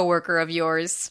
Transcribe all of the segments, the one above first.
coworker of yours.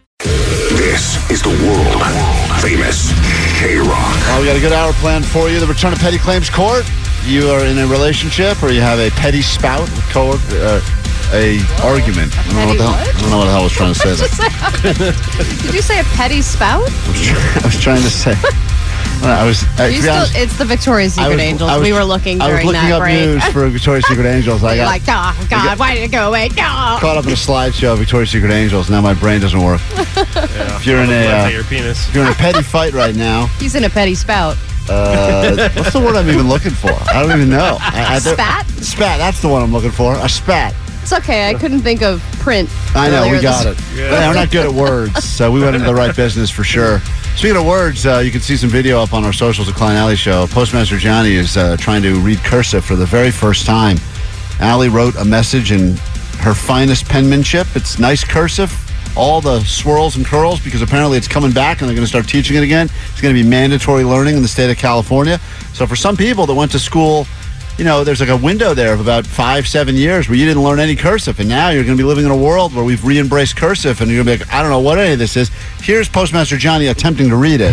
This is the world famous K Rock. Well, we got a good hour planned for you. The return of petty claims court. You are in a relationship, or you have a petty spout, coworker, uh, a argument. I don't know what the hell. I don't know what the hell I was trying to say. there. Did you say a petty spout? I was trying to say. I was. I, You to be still- honest, it's the Victoria's I Secret was- Angels. I was- we were looking I was during looking that up break. news for Victoria's Secret Angels. I You're got like, oh God, why did it go away? No. caught up in a slideshow of Victoria's Secret Angels. Now my brain doesn't work. If you're in a Left at uh, your penis. if you're in a petty fight right now, He's in a petty spout. uh, what's the word I'm even looking for? I don't even know. I, I, there- Spat? Spat. That's the one I'm looking for. A spat. It's okay. I couldn't think of print. I know, earlier we got this- it. Yeah, we're not good at words, so we went into the right business for sure. Speaking of words, uh, you can see some video up on our socials at Klein Alley Show. Postmaster Johnny is uh, trying to read cursive for the very first time. Alley wrote a message in her finest penmanship. It's nice cursive, all the swirls and curls, because apparently it's coming back and they're going to start teaching it again. It's going to be mandatory learning in the state of California. So for some people that went to school you know, there's like a window there of about five, seven years where you didn't learn any cursive, and now you're going to be living in a world where we've re-embraced cursive, and you're going to be like, I don't know what any of this is. Here's Postmaster Johnny attempting to read it.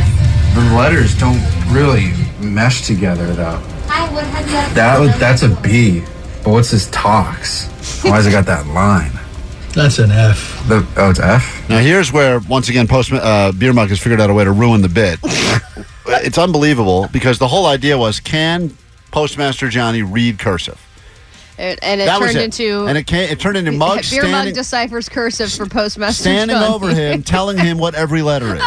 The letters don't really mesh together though. That was, that's a B. But what's this tox? Why has it got that line? That's an F. The, oh, it's F. Now here's where once again Postman uh, Beer Mug has figured out a way to ruin the bit. it's unbelievable because the whole idea was can Postmaster Johnny read cursive? It- and it that was turned it, into and it can, it turned into Mug beer mug standing, deciphers cursive for postmaster standing Johnny. over him, telling him what every letter is.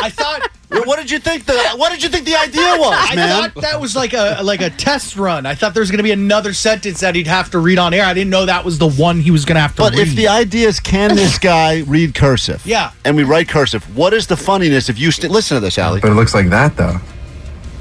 I thought what did you think the What did you think the idea was, I man? thought that was like a like a test run. I thought there was going to be another sentence that he'd have to read on air. I didn't know that was the one he was going to have to But read. if the idea is, can this guy read cursive? Yeah. And we write cursive. What is the funniness if you st- listen to this, Allie? But it looks like that though.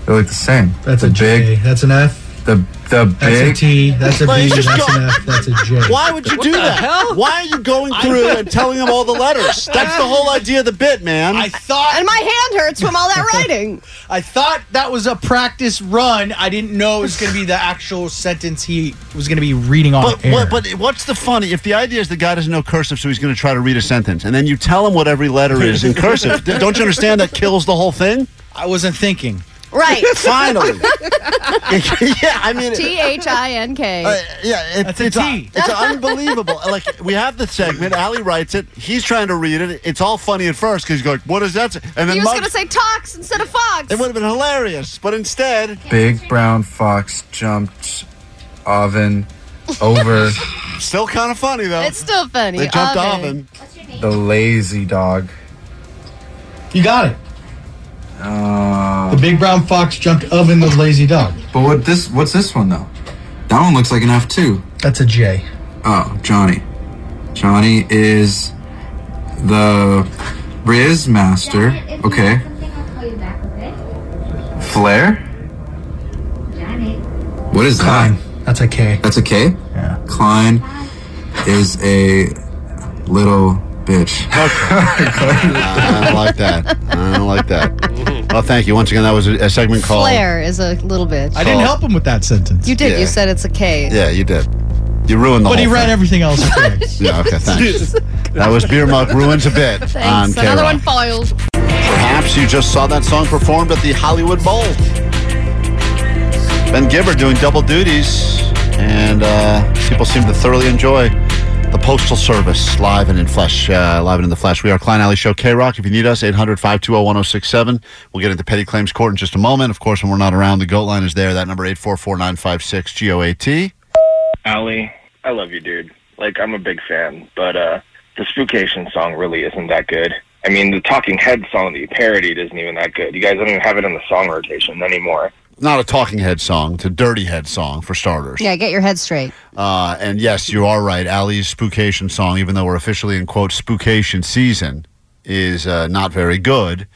They look the same. That's the big. That's an F. The the big. T. That's a Well, B, he's just that's an F. That's a J. Why would you do that? Why are you going through and telling him all the letters? That's the whole idea of the bit, man. I thought And my hand hurts from all that writing. I thought that was a practice run. I didn't know it was going to be the actual sentence he was going to be reading on but air. what, but what's the funny? If the idea is the guy doesn't know cursive, so he's going to try to read a sentence, and then you tell him what every letter is in cursive. d- Don't you understand that kills the whole thing? I wasn't thinking. Right. Finally. yeah, I mean. T H I N K. Uh, yeah, it, That's a it's T. it's unbelievable. like we have the segment. Ali writes it. He's trying to read it. It's all funny at first because he's like, "What is that?" And He then was Mug- going to say tox instead of fox. it would have been hilarious, but instead, Big brown fox jumped oven over still kind of funny though. It's still funny. they jumped off Oven. him. the lazy dog. You got it. Uh, big brown fox jumped oven the lazy dog. but what this? What's this one though? That one looks like an F too. That's a J. Oh, Johnny. Johnny is the Riz master. Okay. Flair? What is that? That's a K. That's a K? Yeah. Klein is a little bitch. I don't like that. I don't like that. Well, thank you once again. That was a, a segment called. Flair is a little bitch. I Oh. didn't help him with that sentence. you did. Yeah. You said it's a K. Yeah, you did. You ruined the but he whole read thing. everything else. correct. Yeah, okay, thanks. that was beer mug ruins a bit on Thanks. Another K-Rock. one foiled. Perhaps you just saw that song performed at the Hollywood Bowl. Ben Gibber doing double duties, and uh, people seem to thoroughly enjoy the Postal Service, live and in flesh, uh, live and in the flesh. We are Klein Alley Show, K Rock. If you need us, 800 520 1067. We'll get into petty claims court in just a moment. Of course, when we're not around, the GOAT line is there. That number 844 956 GOAT. Allie, I love you, dude. Like, I'm a big fan, but uh, the Spookation song really isn't that good. I mean, the Talking Head song that you parodied isn't even that good. You guys don't even have it in the song rotation anymore. Not a talking head song, it's a dirty head song for starters. Yeah, get your head straight. Uh, and yes, you are right. Ali's spookation song, even though we're officially in quote spookation season, is uh, not very good.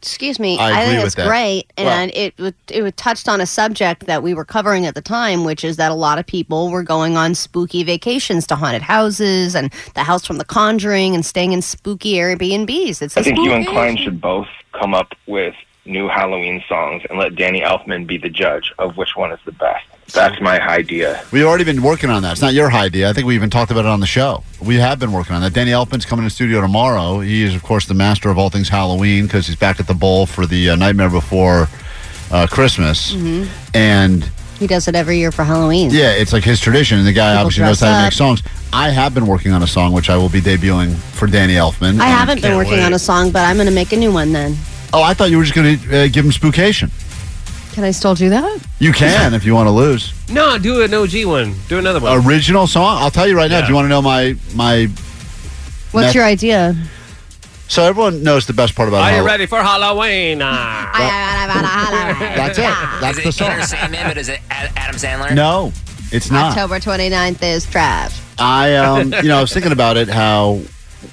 Excuse me. I I, agree think with it's that. great, Well- and it w- it w- touched on a subject that we were covering at the time, which is that a lot of people were going on spooky vacations to haunted houses and the house from The Conjuring and staying in spooky Airbnbs. It's I think you and spooky- Klein should both come up with new Halloween songs and let Danny Elfman be the judge of which one is the best. That's my idea. We've already been working on that. It's not your idea. I think we even talked about it on the show. We have been working on that. Danny Elfman's coming in the studio tomorrow. He is, of course, the master of all things Halloween because he's back at the bowl for the uh, Nightmare Before uh, Christmas. Mm-hmm. And He does it every year for Halloween. yeah, it's like his tradition. And the guy People obviously knows dress how to up. make songs. I have been working on a song, which I will be debuting for Danny Elfman. I And- haven't been working on a song, but I'm going to make a new one then. Oh, I thought you were just going to uh, give him spookation. Can I still do that? You can if you want to lose. No, do an OG one. Do another one. Original song. I'll tell you right now. Yeah. If you want to know my my, What's Meth- your idea? so everyone knows the best part about. Are you Halloween. ready for Halloween? Ah. That's it. That's the song. Sandman, but is it Ad- Adam Sandler? No, it's not. October 29th is trash. I um, you know, I was thinking about it. How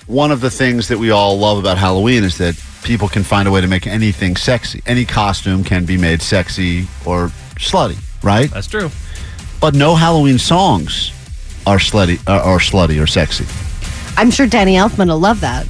one of the things that we all love about Halloween is that people can find a way to make anything sexy. Any costume can be made sexy or slutty, right? That's true. But no Halloween songs are slutty, uh, are slutty or sexy. I'm sure Danny Elfman will love that.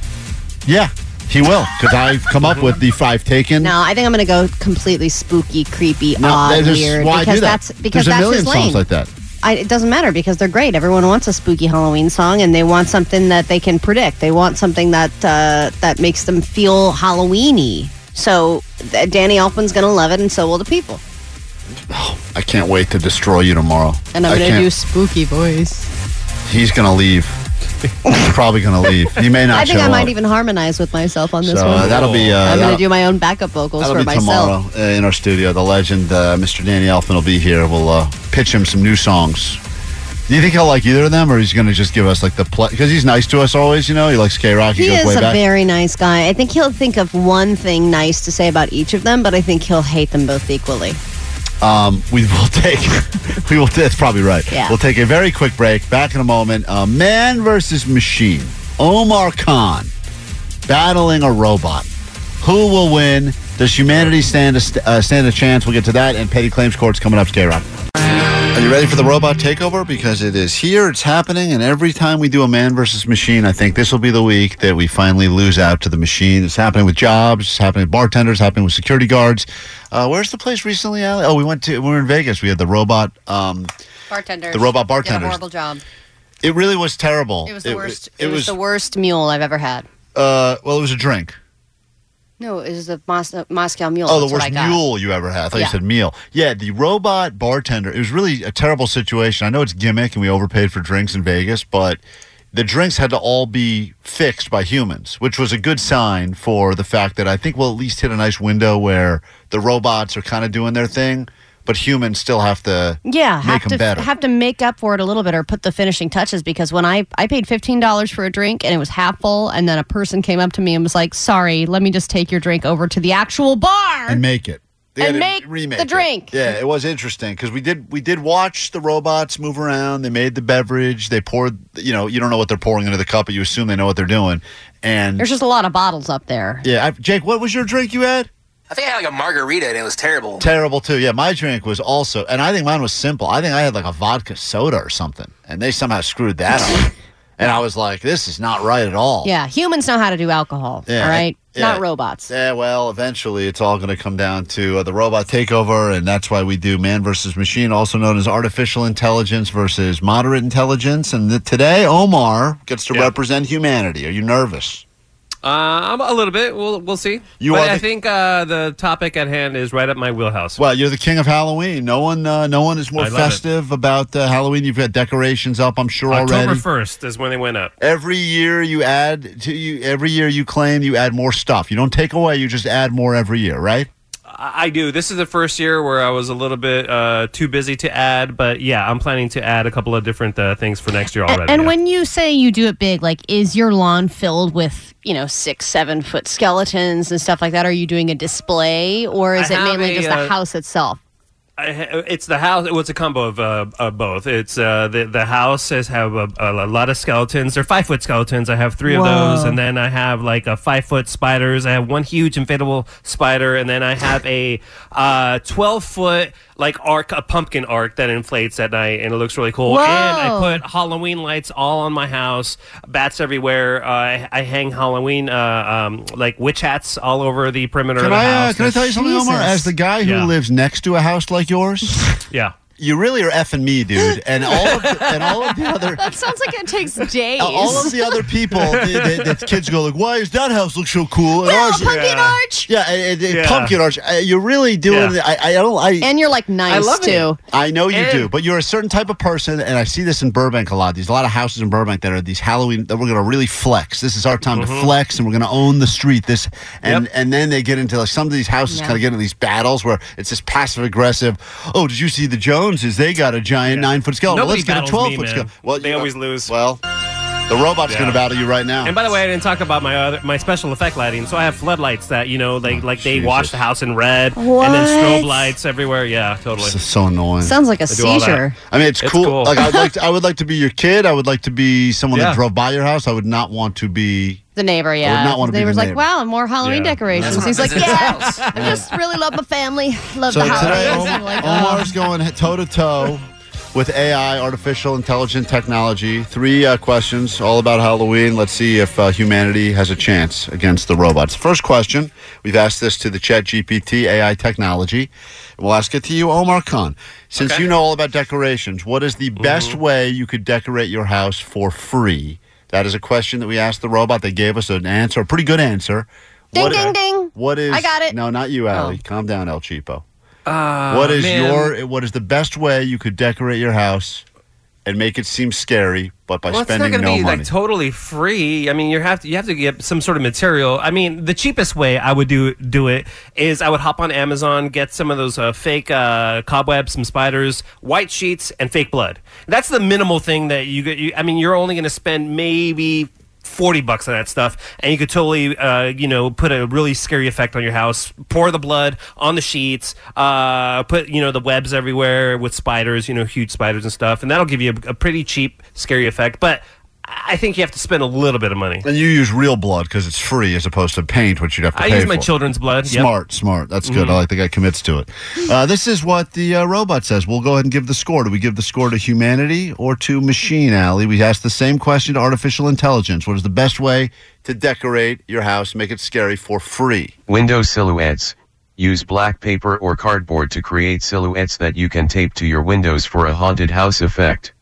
Yeah, he will because I've come up with the five taken. No, I think I'm going to go completely spooky, creepy, No, odd, there's- weird. why because do that? that's because there's a that's million his lane. songs like that. I, it doesn't matter because they're great. Everyone wants a spooky Halloween song, and they want something that they can predict. They want something that uh, that makes them feel Halloweeny. So th- Danny Elfman's gonna love it, and so will the people. I can't wait to destroy you tomorrow. And I'm I gonna can't- do spooky voice. He's gonna leave. He's probably gonna leave. He may not. I think show I might up. even harmonize with myself on So this uh, one. that'll be. Uh, I'm that'll, gonna do my own backup vocals that'll for be myself. tomorrow uh, in our studio. The legend, uh, Mr. Danny Elfman, will be here. We'll uh, pitch him some new songs. Do you think he'll like either of them, or he's gonna just give us like the play? Because he's nice to us always. You know, he likes K Rock. He, He goes is way a back. very nice guy. I think he'll think of one thing nice to say about each of them, but I think he'll hate them both equally. Um, we will take, we will. That's probably right. Yeah. We'll take a very quick break. Back in a moment. Uh, man versus machine. Omar Khan battling a robot. Who will win? Does humanity stand a st- uh, stand a chance? We'll get to that and petty claims courts coming up. K Rock. Are you ready for the robot takeover? Because it is here, it's happening, and every time we do a man versus machine, I think this will be the week that we finally lose out to the machine. It's happening with jobs, it's happening with bartenders, it's happening with security guards. Uh, where's the place recently, Allie? Oh, we went to, we were in Vegas. We had the robot, um, Bartenders. The robot did a bartenders. horrible job. it really was terrible. It was the worst. It, was, the worst mule I've ever had. uh, well, it was a drink. No, it was the Mos- uh, Moscow mule. Oh, That's the what worst I got. mule you ever had. I thought Yeah. you said meal. Yeah, the robot bartender. It was really a terrible situation. I know it's gimmick and we overpaid for drinks in Vegas, but the drinks had to all be fixed by humans, which was a good sign for the fact that I think we'll at least hit a nice window where the robots are kind of doing their thing, but humans still have to Yeah, have make them to better. have to make up for it a little bit or put the finishing touches because when I I paid fifteen dollars for a drink and it was half full and then a person came up to me and was like, "Sorry, let me just take your drink over to the actual bar." and make it. They And had to make remake the it. drink. Yeah, it was interesting because we did we did watch the robots move around. They made the beverage. They poured. You know, you don't know what they're pouring into the cup, but you assume they know what they're doing. And There's just a lot of bottles up there. yeah, I, Jake, what was your drink you had? I think I had like a margarita and it was terrible. Terrible too. Yeah, my drink was also, and I think mine was simple. I think I had like a vodka soda or something, and they somehow screwed that up. And I was like, this is not right at all. Yeah, humans know how to do alcohol. Yeah, all right, yeah. not robots. Yeah, Eh, well, eventually it's all going to come down to uh, the robot takeover, and that's why we do man versus machine, also known as artificial intelligence versus moderate intelligence. And th- today, Omar gets to represent humanity. Are you nervous? Uh, I'm a little bit. We'll we'll see. You but are I the- think uh, the topic at hand is right up my wheelhouse. Well, you're the king of Halloween. No one, uh, no one is more I love it. festive about uh, Halloween. You've got decorations up, I'm sure October already. first is when they went up. Every year you add to you. Every year you claim you add more stuff. You don't take away. You just add more every year, right? I I do. This is the first year where I was a little bit uh, too busy to add, but yeah, I'm planning to add a couple of different uh, things for next year A- already. and yeah. when you say you do it big, like is your lawn filled with you know six, seven foot skeletons and stuff like that? Are you doing a display, or is I it have mainly a, just uh, the house itself? I ha- it's the house. Well, it's a combo of, uh, of both. It's uh, the the house has have a, a lot of skeletons. They're five foot skeletons. I have three of Whoa. those, and then I have like a five foot spiders. I have one huge inflatable spider, and then I have a uh, twelve foot like arc, a pumpkin arc that inflates at night, and it looks really cool. Whoa. And I put Halloween lights all on my house, bats everywhere. Uh, I, I hang Halloween uh, um, like witch hats all over the perimeter Can of the I, uh, house. can I tell you something, Omar? As the guy who Yeah. lives next to a house like yours, yeah, you really are effing me, dude. And all of the, and all of the other that sounds like it takes days. all of the other people, the, the, the kids go like, "Why does that house look so cool?" Yeah, pumpkin Yeah. arch. Yeah, and- and- Yeah. pumpkin arch. Uh, You're really doing. Yeah. I, I don't. I, and you're like nice too. I know you And- do, but you're a certain type of person, and I see this in Burbank a lot. There's a lot of houses in Burbank that are these Halloween that we're going to really flex. This is our time Mhm. Mm-hmm. to flex, and we're going to own the street. This and and then they get into like some of these houses Yeah. kind of get into these battles where it's this passive aggressive. Oh, did you see the Joneses? They got a giant nine foot skeleton. Nobody Let's get a battles twelve me, foot man. skeleton. Well, they you know, always lose. Well, the robot's going to battle you right now. And by the way, I didn't talk about my other my special effect lighting. So I have floodlights that you know, like like they wash the house in red, and then What? strobe lights everywhere. Yeah, totally. It's so annoying. Sounds like a I do all that. seizure. I mean, it's, It's cool. cool. Like I'd like, to, I would like to be your kid. I would like to be someone Yeah. that drove by your house. I would not want to be. The neighbor, yeah. not wanna The be the neighbor's like, neighbor. wow, more Halloween Yeah. decorations. That's He's my like, business. yeah, I just really love my family, love So the house. today, And like, oh. Omar's going toe to toe with AI, artificial intelligent technology. Three uh, questions, all about Halloween. Let's see if uh, humanity has a chance against the robots. First question: We've asked this to the Chat GPT AI technology. We'll ask it to you, Omar Khan. Since you know all about decorations, what is the best way you could decorate your house for free? That is a question that we asked the robot. They gave us an answer, a pretty good answer. Ding, What- ding, ding. What is? I got it. Oh. No, not you, Allie. Calm down, El Cheapo Uh, what is man. your what is the best way you could decorate your house and make it seem scary but by well, it's not spending going to no be money like totally free. I mean, you have to you have to get some sort of material. I mean, the cheapest way I would do do it is I would hop on Amazon, get some of those uh, fake uh, cobwebs, some spiders, white sheets, and fake blood. That's the minimal thing that you get. You, I mean, you're only going to spend maybe. 40 bucks on that stuff and you could totally uh, you know put a really scary effect on your house pour the blood on the sheets uh, put you know the webs everywhere with spiders you know huge spiders and stuff and that'll give you a, a pretty cheap scary effect but I think you have to spend a little bit of money. and you use real blood because it's free as opposed to paint which you'd have to I pay use my for. children's blood. yep. smart smart that's good Mhm. i like the guy commits to it uh, this is what the uh, robot says we'll go ahead and give the score do we give the score to humanity or to machine alley we asked the same question to artificial intelligence what is the best way to decorate your house make it scary for free Window silhouettes. Use black paper or cardboard to create silhouettes that you can tape to your windows for a haunted house effect.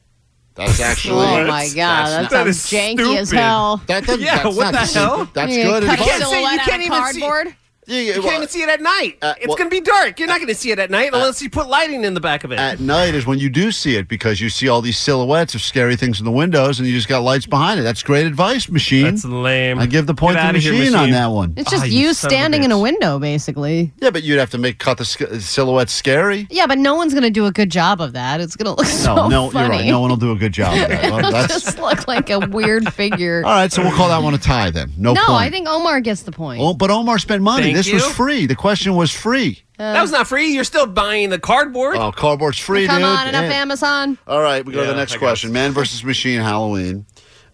That's actually. Oh my god, that sounds janky as hell. That doesn't, that's not stupid. That's good. You It's can't, fine. see, you can't even cardboard. You can't even see it at night. it's Uh, well- going to be dark. You're not going to see it at night unless you put lighting in the back of it. At night is when you do see it because you see all these silhouettes of scary things in the windows, and you just got lights behind it. That's great advice, machine. That's lame. I give the point Get to outta here, machine, on machine. that one. It's just you, standing in a window, basically. Yeah, but you'd have to make cut the sc- silhouette scary. Yeah, but no one's gonna do a good job of that. It's gonna look so no, no, funny. you're right. No one will do a good job. Of that. Well, It'll that's- just look like a weird figure. all right, so we'll call that one a tie then. No, no, point. I think Omar gets the point. Oh, but Omar spent money. Thank this was you. free. The question was free. that was not free. You're still buying the cardboard. Oh, cardboard's free, Come dude. on, enough Yeah. Amazon. All right, we go to the next question. Man versus machine Halloween.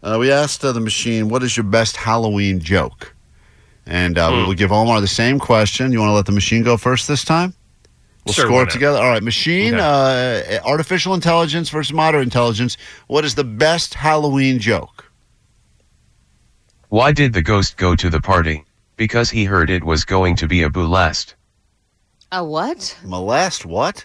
Uh, we asked uh, the machine, "What is your best Halloween joke?" And uh, Hmm. we will give Omar the same question. You want to let the machine go first this time? We'll Sure, why score it not? together. All right, machine, uh, artificial intelligence versus modern intelligence. What is the best Halloween joke? Why did the ghost go to the party? Because he heard it was going to be a boulast. A what? Molest what?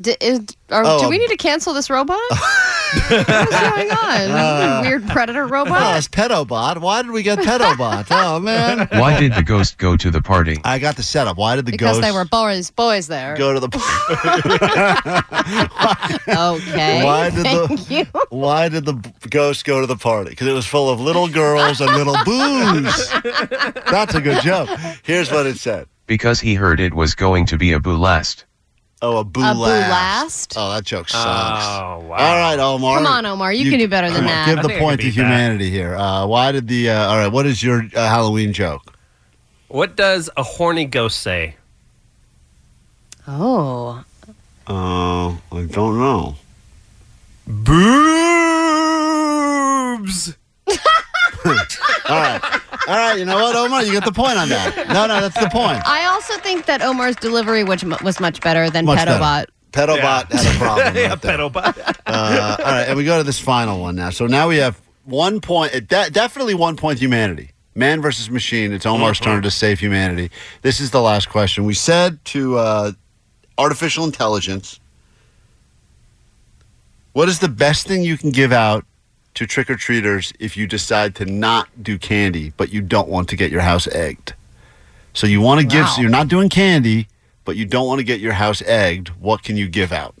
D- is, are, Oh, do we um, need to cancel this robot? What's going on? Uh, Weird predator Oh, robot. it's Pedobot. Why did we get Pedobot? Oh man. Why did the ghost go to the party? I got the setup. Why did the Because ghost they were boys, boys there. go to the okay. Why did Thank the Why did the b- ghost go to the party? Because it was full of little girls and little booze. That's a good joke. Here's what it said. Because he heard it was going to be a boulast. Oh, a boo A last. Oh, that joke sucks. Oh wow. All right, Omar. Come on, Omar. You, can do better than All that. right, Give the point to humanity here. Uh, why did the uh, All right, what is your uh, Halloween joke? What does a horny ghost say? Oh. Uh, I don't know. Boobs. All right. All right, you know what, Omar? You get the point on that. No, no, that's the point. I also think that Omar's delivery, which m- was much better than Much Pedobot. better. Pedobot had a problem. yeah, right there. pedobot. Uh, all right, and we go to this final one now. So now we have one point, uh, de- definitely one point humanity. Man versus machine. It's Omar's turn to save humanity. This is the last question. We said to uh, artificial intelligence, what is the best thing you can give out to trick or treaters if you decide to not do candy, but you don't want to get your house egged? So you want to give, so you're not doing candy, but you don't want to get your house egged. What can you give out?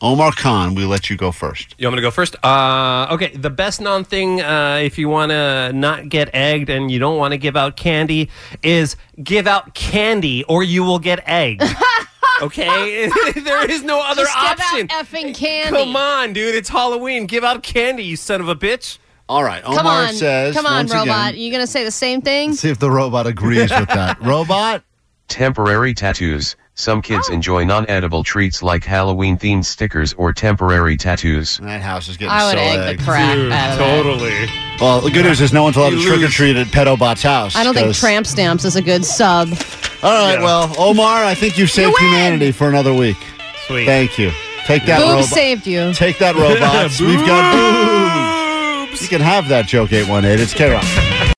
Omar Khan, we let you go first. You want me to go first? Uh, okay, the best non thing uh, if you want to not get egged and you don't want to give out candy is give out candy or you will get egged. okay, there is no other Just give option. out effing candy. Come on, dude, it's Halloween. Give out candy, you son of a bitch. All right, Omar Come on. says. Come on, once robot. Again, you going to say the same thing? see if the robot agrees with that. robot, Temporary tattoos. Some Oh. kids enjoy non edible treats like Halloween themed stickers or temporary tattoos. that house is getting I would so egg egg. the crap out of it. Totally. Well, the good news is no one's allowed to trick or treat at Pedobot's house. I don't think 'cause- tramp stamps is a good sub. All right, Yeah. well, Omar, I think you've saved win! humanity for another week. Sweet. Thank you. Take that, Boob robot. saved you. Take that, robots. We've got boobs. You can have that joke, 818. It's K Rock.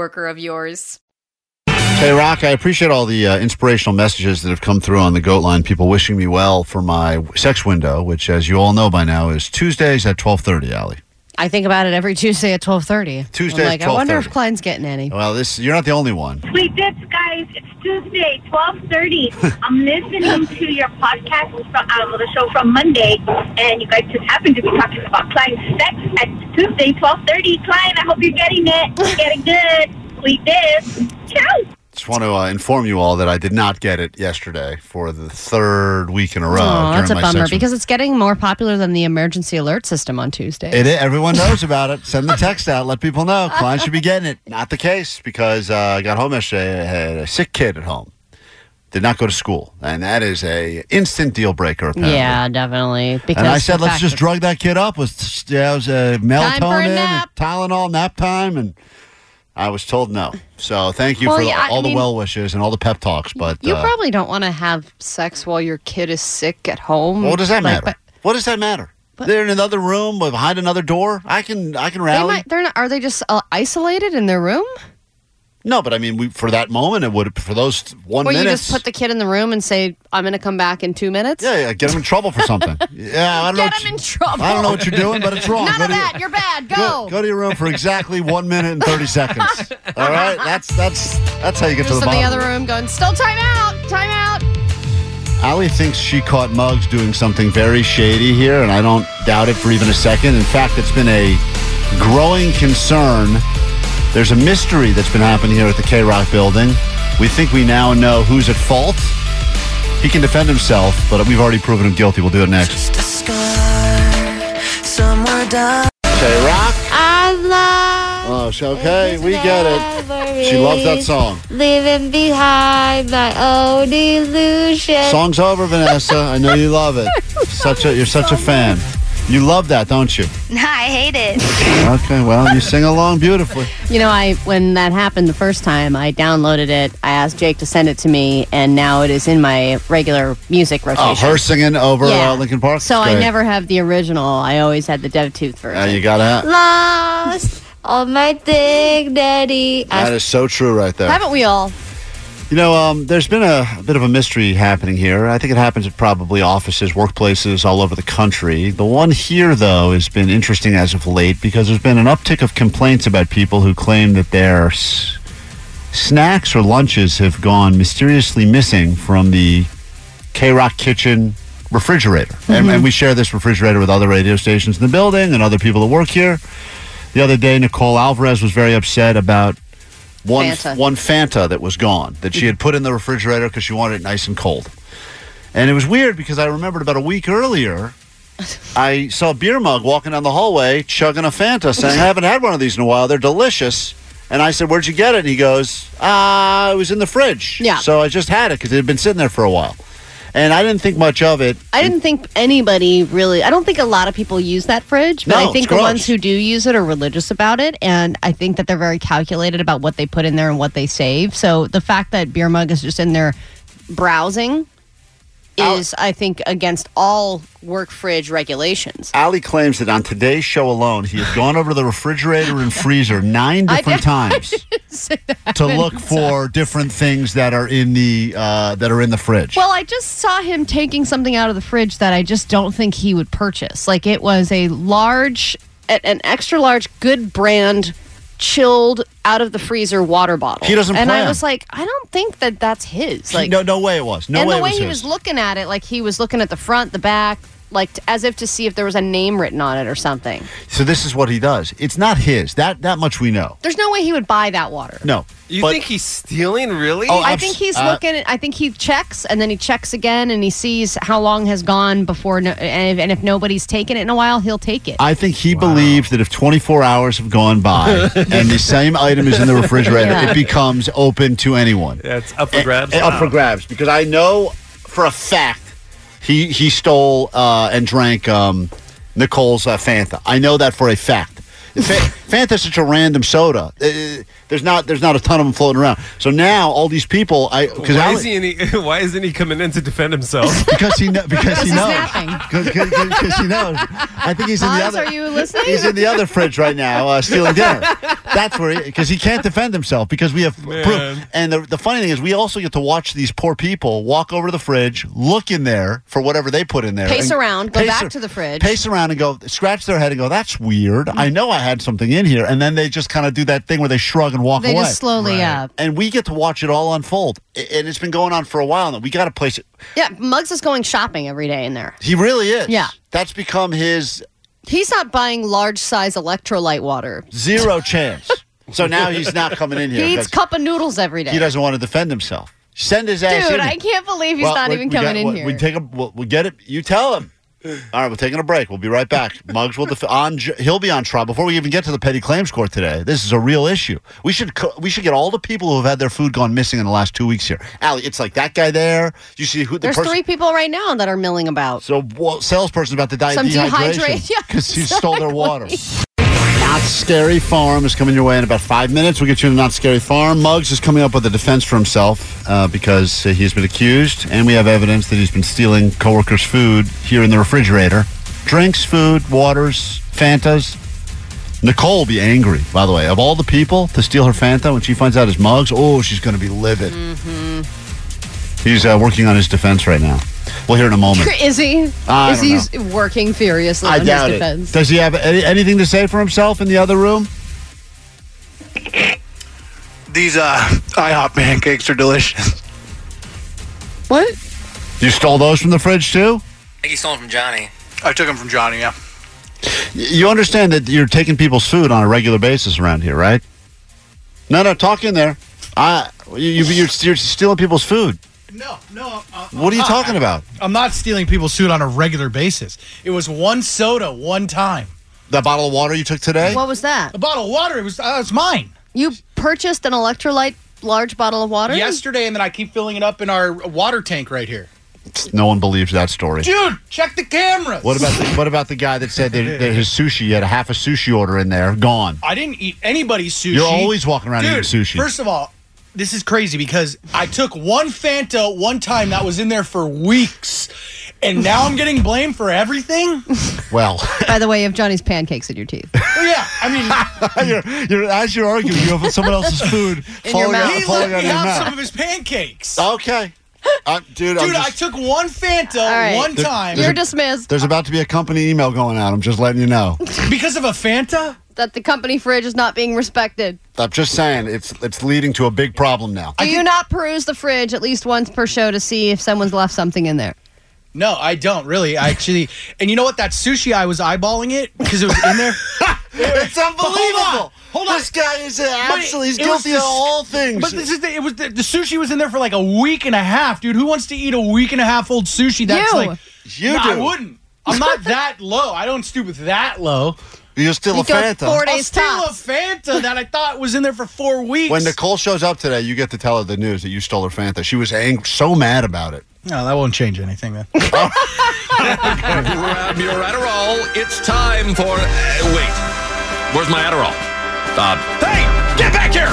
of yours. Hey, Rock, I appreciate all the uh, inspirational messages that have come through on the Goat Line. People wishing me well for my sex window, which, as you all know by now, is Tuesdays at 12.30, Allie. I think about it every Tuesday at 12.30. Tuesday I'm at like, I wonder if 12:30. Klein's getting any. Well, this you're not the only one. Sweet dips, guys. It's Tuesday, twelve thirty. I'm listening to your podcast from um, the show from Monday, and you guys just happened to be talking about Klein sex at Tuesday, twelve thirty. Klein, I hope you're getting it. Getting good. Sweet dips. Ciao. Just want to uh, inform you all that I did not get it yesterday for the third week in a row. Oh, during that's a my bummer sex because it's getting more popular than the emergency alert system on Tuesdays. It is. Everyone knows about it. Send the text out. Let people know. Clients should be getting it. Not the case because uh, I got home yesterday. I had a sick kid at home. Did not go to school, and that is a instant deal breaker. Apparently. Yeah, definitely. Because And I said, the let's fact just that- drug that kid up with yeah, it was, uh, melatonin, Time for a and nap. Tylenol, nap time, and I was told no. So thank you Well, for yeah, I all the mean- well wishes and all the pep talks. But You uh, probably don't want to have sex while your kid is sick at home. what does that Like, matter? what does that matter? They're in another room behind another door. I can I can but They rally. might, they're not, are they just uh, isolated in their room? No, but I mean, we, for that moment, it would for those one Where minute. you just put the kid in the room and say, I'm going to come back in two minutes? yeah, yeah, get him in trouble for something. yeah, I don't know. Get what him in you- trouble. I don't know what you're doing, but it's wrong. None Go of to your- that. You're bad. Go, Go. go to your room for exactly one minute and thirty seconds. All right, that's that's that's how you get to Just the in the bottom. other room going, still time out. Time out. Allie thinks she caught Muggs doing something very shady here, and I don't doubt it for even a second. In fact, it's been a growing concern. There's a mystery that's been happening here at the K Rock building. We think we now know who's at fault. He can defend himself, but we've already proven him guilty. We'll do it next. K Rock. I love Oh, sh- okay, we get it. She loves that song. leaving behind my old illusion. Song's over, Vanessa. I know you love it. such a you're such a fan. You love that, don't you? No, I hate it. Okay, well, you sing along beautifully. You know, I when that happened the first time, I downloaded it. I asked Jake to send it to me, and now it is in my regular music rotation. Oh, her singing over Yeah. uh, Lincoln Park. So I Great. never have the original. I always had the DevTooth version. Yeah, you got that. Lost all my thing, daddy. That is so true, right there. Haven't we all? You know, um, there's been a, a bit of a mystery happening here. I think it happens at probably offices, workplaces all over the country. The one here, though, has been interesting as of late because there's been an uptick of complaints about people who claim that their s- snacks or lunches have gone mysteriously missing from the K Rock Kitchen refrigerator. And, and we share this refrigerator with other radio stations in the building and other people that work here. The other day, Nicole Alvarez was very upset about one Fanta. one Fanta that was gone that she had put in the refrigerator because she wanted it nice and cold. And it was weird because I remembered about a week earlier, I saw a beer mug walking down the hallway chugging a Fanta, saying, "I haven't had one of these in a while. They're delicious." And I said, "Where'd you get it?" And he goes, "Ah, it was in the fridge. Yeah. So I just had it because it had been sitting there for a while." And I didn't think much of it. I didn't think anybody really. I don't think a lot of people use that fridge, but No, I it's think the gross. ones who do use it are religious about it, and I think that they're very calculated about what they put in there and what they save. So the fact that beer mug is just in there browsing is, I think, against all work fridge regulations. Ali claims that on today's show alone, he had gone over to the refrigerator and freezer nine I different did- times to look for different things that are in the uh, that are in the fridge. Well, I just saw him taking something out of the fridge that I just don't think he would purchase. Like it was a large, a- an extra large, good brand, chilled out of the freezer water bottle. He doesn't And I plan. was like, I don't think that that's his. Like no, no way it was. No and way the way it was he his. was looking at it, like he was looking at the front, the back, like t- as if to see if there was a name written on it or something. so this is what he does. It's not his. That that much we know. There's no way he would buy that water. No. You think he's stealing? Really? Oh, I think he's uh, looking. At, I think he checks, and then he checks again, and he sees how long has gone before, no, and, if, and if nobody's taken it in a while, he'll take it. I think he believes that if 24 hours have gone by and the same item is in the refrigerator, Yeah. it becomes open to anyone. Yeah, it's up for grabs. Eh, Up for grabs because I know for a fact he he stole uh, and drank um, Nicole's uh, Fanta. I know that for a fact. Fa- Fanta's such a random soda. Uh, there's not there's not a ton of them floating around. So now all these people, I because Why, is he any, why isn't he coming in to defend himself? because he kno- because he He's knows napping. because he knows. I think he's in the Hans, other. are you listening? He's in the other fridge right now, uh, stealing dinner. That's where he because he can't defend himself because we have proof. And the, the funny thing is, we also get to watch these poor people walk over to the fridge, look in there for whatever they put in there, Pace and around, go pace back ar- to the fridge. pace around, and go scratch their head and go, "That's weird. I know I had something in here," and then they just kind of do that thing where they shrug and walk They away. just slowly up. And we get to watch it all unfold, A- and it's been going on for a while now. We got to place it. Yeah, Muggs is going shopping every day in there. He really is. Yeah. That's become his He's not buying large size electrolyte water. zero chance. So now he's not coming in here. He eats because cup of noodles every day. he doesn't want to defend himself. Send his ass in. Dude, I can't believe he's Well, not we- even we coming got- in we- here. We take a, we'll, we'll get it. You tell him. All right, we're taking a break. We'll be right back. Muggs will def- on. ju- He'll be on trial before we even get to the petty claims court today. This is a real issue. We should co- we should get all the people who have had their food gone missing in the last two weeks here. Allie, it's like that guy there. You see who the There's person. three people right now that are milling about. So well, salesperson's about to die Some of dehydration dehydration. Yeah, because he stole their water. Not Scary Farm is coming your way in about five minutes. We'll get you to Not Scary Farm. Muggs is coming up with a defense for himself uh, because uh, he's been accused, and we have evidence that he's been stealing coworkers' food here in the refrigerator. Drinks, food, waters, Fantas. Nicole will be angry, by the way. Of all the people to steal her Fanta when she finds out it's Muggs, oh, she's going to be livid. Mm-hmm. He's uh, working on his defense right now. We'll hear in a moment. Is he? I is don't he working furiously Oh I on doubt his it. defense? Does he have any, anything to say for himself in the other room? These uh, IHOP pancakes are delicious. What? You stole those from the fridge too? I think he stole them from Johnny. I took them from Johnny. Yeah. Y- You understand that you're taking people's food on a regular basis around here, right? No, no, talk in there. I, you, you, are you're stealing people's food. No, no. uh, What are you talking about? I'm not stealing people's food on a regular basis. It was one soda, one time. That bottle of water you took today? What was that? A bottle of water. It was. Uh, it's mine. You purchased an electrolyte large bottle of water? Yesterday, and then I keep filling it up in our water tank right here. No one believes that story. Dude, check the cameras. What about the, what about the guy that said that, that his sushi he had a half a sushi order in there gone? I didn't eat anybody's sushi. You're always walking around Dude, eating sushi. First of all, this is crazy because I took one Fanta one time that was in there for weeks, and now I'm getting blamed for everything. Oh, Well, By the way, you have Johnny's pancakes in your teeth. yeah, I mean, you're, you're, as you're arguing, you have someone else's food In your falling out, he let falling me out of your have mouth. some of his pancakes. Okay. I'm, dude, I'm Dude, just- I took one Fanta one There- time. there's a- There's about to be a company email going out. I'm just letting you know. because of a Fanta? That the company fridge is not being respected. I'm just saying it's it's leading to a big problem now. Do you not peruse the fridge at least once per show to see if someone's left something in there? No, I don't really. I actually, and you know what? That sushi, I was eyeballing it because it was in there. it's unbelievable. Hold on. This guy is uh, absolutely he's But it was guilty of dis- all things. But this is the, it was the, the sushi was in there for like a week and a half, dude. Who wants to eat a week and a half old sushi? That's You. like You Nah, I do. wouldn't. I'm not that low. I don't stoop with that low. You're still a Fanta. I'll steal a Fanta that I thought was in there for four weeks. When Nicole shows up today, you get to tell her the news that you stole her Fanta. She was ang- so mad about it. no, that won't change anything, man. Grab your Adderall. It's time for. uh, wait, where's my Adderall? Uh, hey, get back here!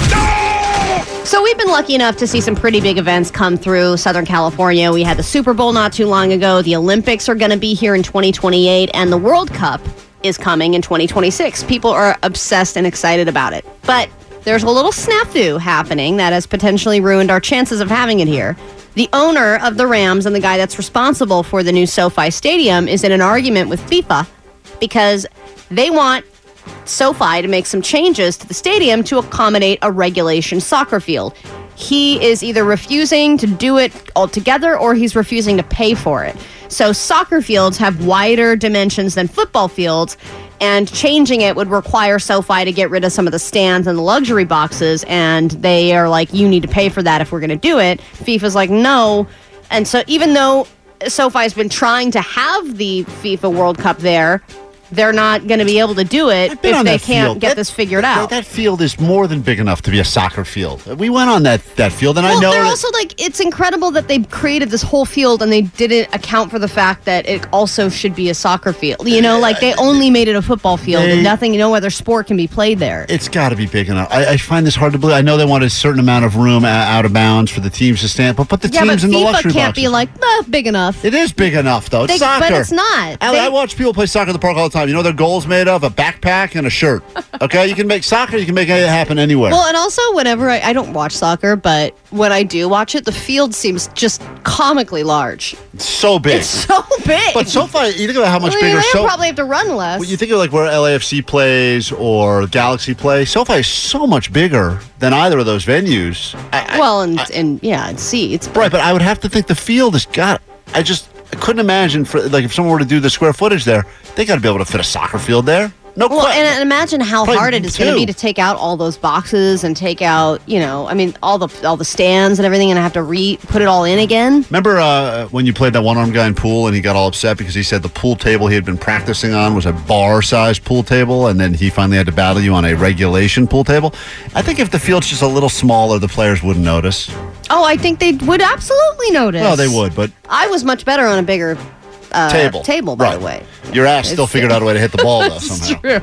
So we've been lucky enough to see some pretty big events come through Southern California. We had the Super Bowl not too long ago. The Olympics are going to be here in 2028 and the World Cup is coming in 2026. People are obsessed and excited about it. But there's a little snafu happening that has potentially ruined our chances of having it here. The owner of the Rams and the guy that's responsible for the new SoFi Stadium is in an argument with FIFA because they want SoFi to make some changes to the stadium to accommodate a regulation soccer field. He is either refusing to do it altogether or he's refusing to pay for it. So, soccer fields have wider dimensions than football fields, and changing it would require SoFi to get rid of some of the stands and the luxury boxes. And they are like, you need to pay for that if we're going to do it. FIFA's like, no. And so, even though SoFi's been trying to have the FIFA World Cup there, they're not going to be able to do it been if on they that can't field. get That- this figured out. That field is more than big enough to be a soccer field. We went on that, that field, and well, I know they're that- also like it's incredible that they created this whole field and they didn't account for the fact that it also should be a soccer field. You know, like they only made it a football field They- and nothing, no other sport can be played there. It's got to be big enough. I, I find this hard to believe. I know they want a certain amount of room uh, out of bounds for the teams to stand, but put the yeah, but teams in the FIFA luxury can't be boxes. like "Nah, big enough. it is big enough, though. It's They- soccer. but it's not. Allie, They- I watch people play soccer at the park all the time. You know, their goal's made of a backpack and a shirt. Okay, you can make soccer. You can make it happen anywhere. Well, and also whenever I, I don't watch soccer, but when I do watch it, the field seems just comically large. it's so big. It's so big. but so far, you think about how much I mean, bigger. they So probably have to run less. Well, you think of like where LAFC plays or Galaxy plays. SoFi is so much bigger than either of those venues. I, well, and and yeah, and seats. Right, but I would have to think the field has got. I just I couldn't imagine for like if someone were to do the square footage there, they got to be able to fit a soccer field there. No well, question. and, and imagine how Probably hard it is going to be two. to take out all those boxes and take out, you know, I mean, all the all the stands and everything, and I have to re put it all in again. Remember uh, when you played that one armed guy in pool and he got all upset because he said the pool table he had been practicing on was a bar sized pool table and then he finally had to battle you on a regulation pool table? I think if the field's just a little smaller, the players wouldn't notice. Oh, I think they would absolutely notice. Well, they would, but I was much better on a bigger uh, table. Table, by Right. the way. Your ass still It's- figured out a way to hit the ball, though, somehow.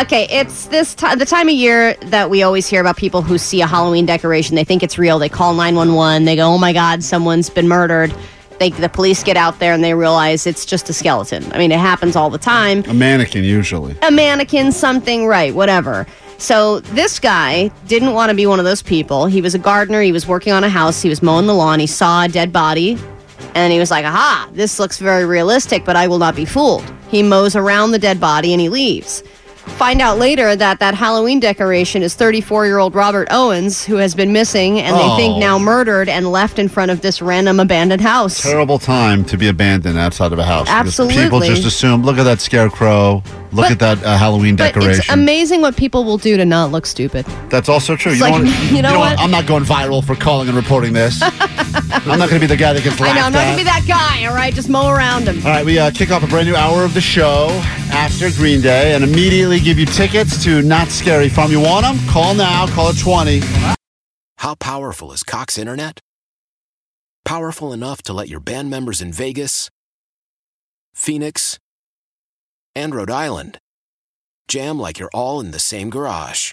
Okay, it's this ti the time of year that we always hear about people who see a Halloween decoration. They think it's real. They call 911. They go, "Oh my god, someone's been murdered." They, the police get out there and they realize it's just a skeleton. I mean, it happens all the time. A mannequin, usually. a mannequin, something, right, whatever. So this guy didn't want to be one of those people. He was a gardener, he was working on a house, he was mowing the lawn, he saw a dead body, and he was like, aha, this looks very realistic, but I will not be fooled. He mows around the dead body and he leaves. Find out later that that Halloween decoration is 34 year old Robert Owens, who has been missing and they think Oh. now murdered and left in front of this random abandoned house. Terrible time to be abandoned outside of a house. because People Absolutely. just assume, look at that scarecrow, look But- at that uh, Halloween But it's decoration. amazing what people will do to not look stupid. That's also true. It's You, like, don't wanna- you know don't wanna- what? I'm not going viral for calling and reporting this. I'm not going to be the guy that gets laughed I know, I'm not at. going to be that guy, all right? Just mow around him. All right, we uh, kick off a brand new hour of the show after Green Day and immediately give you tickets to Not Scary Farm. You want them? Call now. Call at 20. How powerful is Cox Internet? Powerful enough to let your band members in Vegas, Phoenix, and Rhode Island jam like you're all in the same garage.